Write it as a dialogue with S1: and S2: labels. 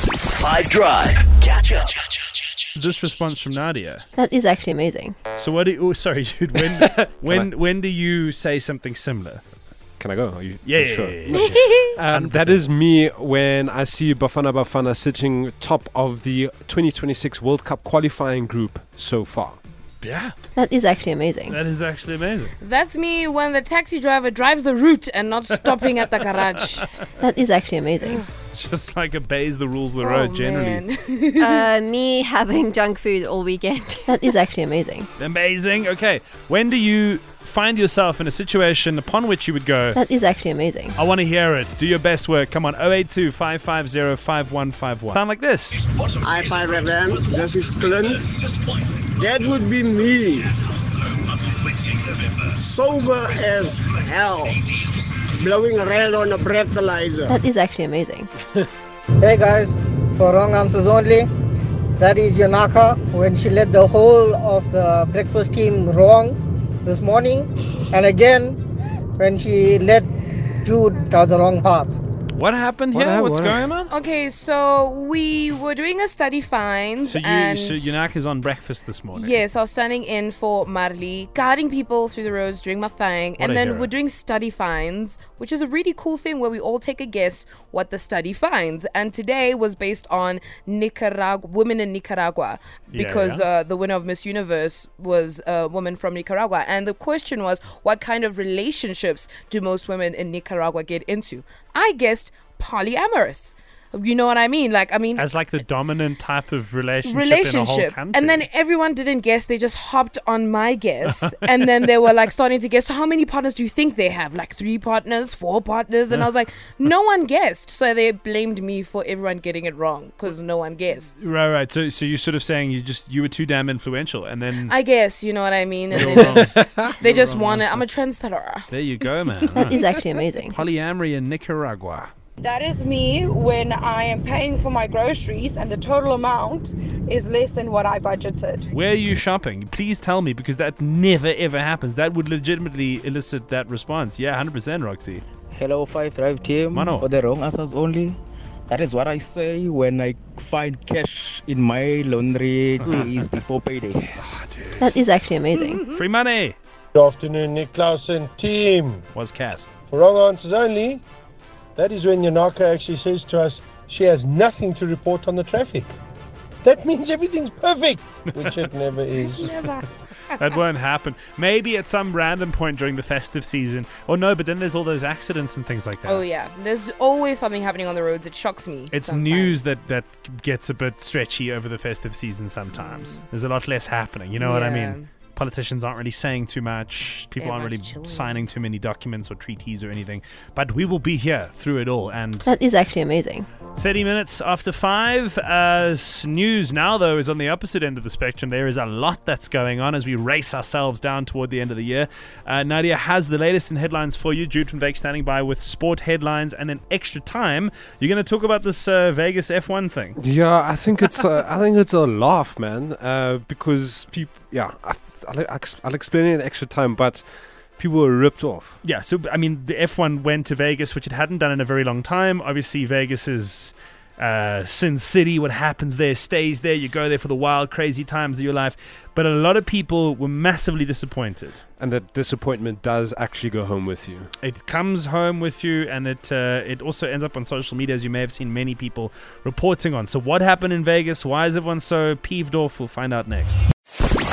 S1: Five Drive. Catch up.
S2: This response from Nadia.
S3: That is actually amazing.
S2: So what do you, oh sorry dude when when when do you say something similar?
S4: Can I go? Are you,
S2: Yeah,
S4: you
S2: yeah,
S4: sure.
S2: yeah, yeah.
S4: Um, that is me when I see Bafana Bafana sitting top of the 2026 World Cup qualifying group so far.
S2: Yeah,
S3: That is actually amazing.
S2: that is actually amazing.
S5: That's me when the taxi driver drives the route and not stopping at the garage.
S3: That is actually amazing.
S2: Just like obeys the rules of the road
S5: oh,
S2: generally.
S5: man.
S3: uh, me having junk food all weekend. That is actually amazing.
S2: Amazing. Okay, when do you find yourself in a situation upon which you would go?
S3: That is actually amazing.
S2: I want to hear it. Do your best work. Come on, 082 550 5151. Sound like this.
S6: I five FM. This is Clint. That would be me. Sober as hell. Blowing red on a breathalyzer.
S3: That is actually amazing.
S7: Hey guys, for wrong answers only, that is Yonaka when she led the whole of the breakfast team wrong this morning, and again when she led Jude down the wrong path.
S2: What happened
S4: What
S2: here?
S4: hap-
S2: What's
S4: what
S2: going on?
S5: Okay, so we were doing a study finds.
S2: So you,
S5: and
S2: so Yunak is on breakfast this morning.
S5: Yes, I was standing in for Marley, guiding people through the roads, doing my thing.
S2: a
S5: and then
S2: hero.
S5: we're doing study finds, which is a really cool thing where we all take a guess what the study finds. And today was based on Nicaragua, women in Nicaragua,
S2: Yeah,
S5: because
S2: yeah.
S5: Uh, the winner of Miss Universe was a woman from Nicaragua. And the question was, what kind of relationships do most women in Nicaragua get into? I guessed polyamorous. You know what I mean? Like, I mean,
S2: As like the dominant type of relationship, in a whole
S5: relationship.
S2: country.
S5: And then everyone didn't guess. They just hopped on my guess. and then they were like starting to guess so how many partners do you think they have? Like three partners, four partners? And I was like, no one guessed. So they blamed me for everyone getting it wrong because no one guessed.
S2: Right, right. So, so you're sort of saying you just you were too damn influential, and then
S5: I guess, you know what I mean? And they just, they just want it. I'm a trendsetter.
S2: there you go, man.
S3: That
S2: Right.
S3: is actually amazing.
S2: Polyamory in Nicaragua.
S8: That is me when I am paying for my groceries and the total amount is less than what I budgeted.
S2: Where are you shopping? Please tell me because that never ever happens. That would legitimately elicit that response. Yeah, hundred percent, Roxy.
S9: Hello, Five Drive team.
S2: Mano.
S9: For the wrong answers only. That is what I say when I find cash in my laundry days before payday.
S3: That is actually
S5: Hmm?
S3: amazing.
S2: Free money
S10: Good afternoon, Nick Clausen team.
S2: was cat.
S10: For wrong answers only, that is when Yanaka actually says to us she has nothing to report on the traffic. That means everything's perfect, which it never is.
S2: That won't happen. Maybe at some random point during the festive season. Or no, but then there's all those accidents and things like that.
S5: Oh, yeah. There's always something happening on the roads. It shocks me.
S2: It's
S5: sometimes.
S2: news that, that gets a bit stretchy over the festive season sometimes. There's a lot less happening, you know what I
S5: Mm. Yeah.
S2: mean? Politicians aren't really saying too much. People
S5: They're
S2: aren't
S5: much
S2: really
S5: chilling.
S2: signing too many documents or treaties or anything. But we will be here through it all. And
S3: That is actually amazing.
S2: 30 minutes after 5. Uh, s- news now, though, is on the opposite end of the spectrum. There is a lot that's going on as we race ourselves down toward the end of the year. Uh, Nadia has the latest in headlines for you. Jude from Vegas standing by with sport headlines and an extra time. You're going to talk about this uh, Vegas F1 thing.
S4: Yeah, I think it's a, I think it's a laugh, man. Uh, because people, yeah, I, I'll, ex- I'll explain it in extra time, but people were ripped off.
S2: Yeah, so, I mean, the F1 went to Vegas, which it hadn't done in a very long time. Obviously, Vegas is. Uh, Sin City, what happens there stays there. You go there for the wild, crazy times of your life. But a lot of people were massively disappointed.
S4: And that disappointment does actually go home with you.
S2: it comes home with you and it uh, it also ends up on social media as you may have seen many people reporting on so what happened in vegas why is everyone so peeved off we'll find out next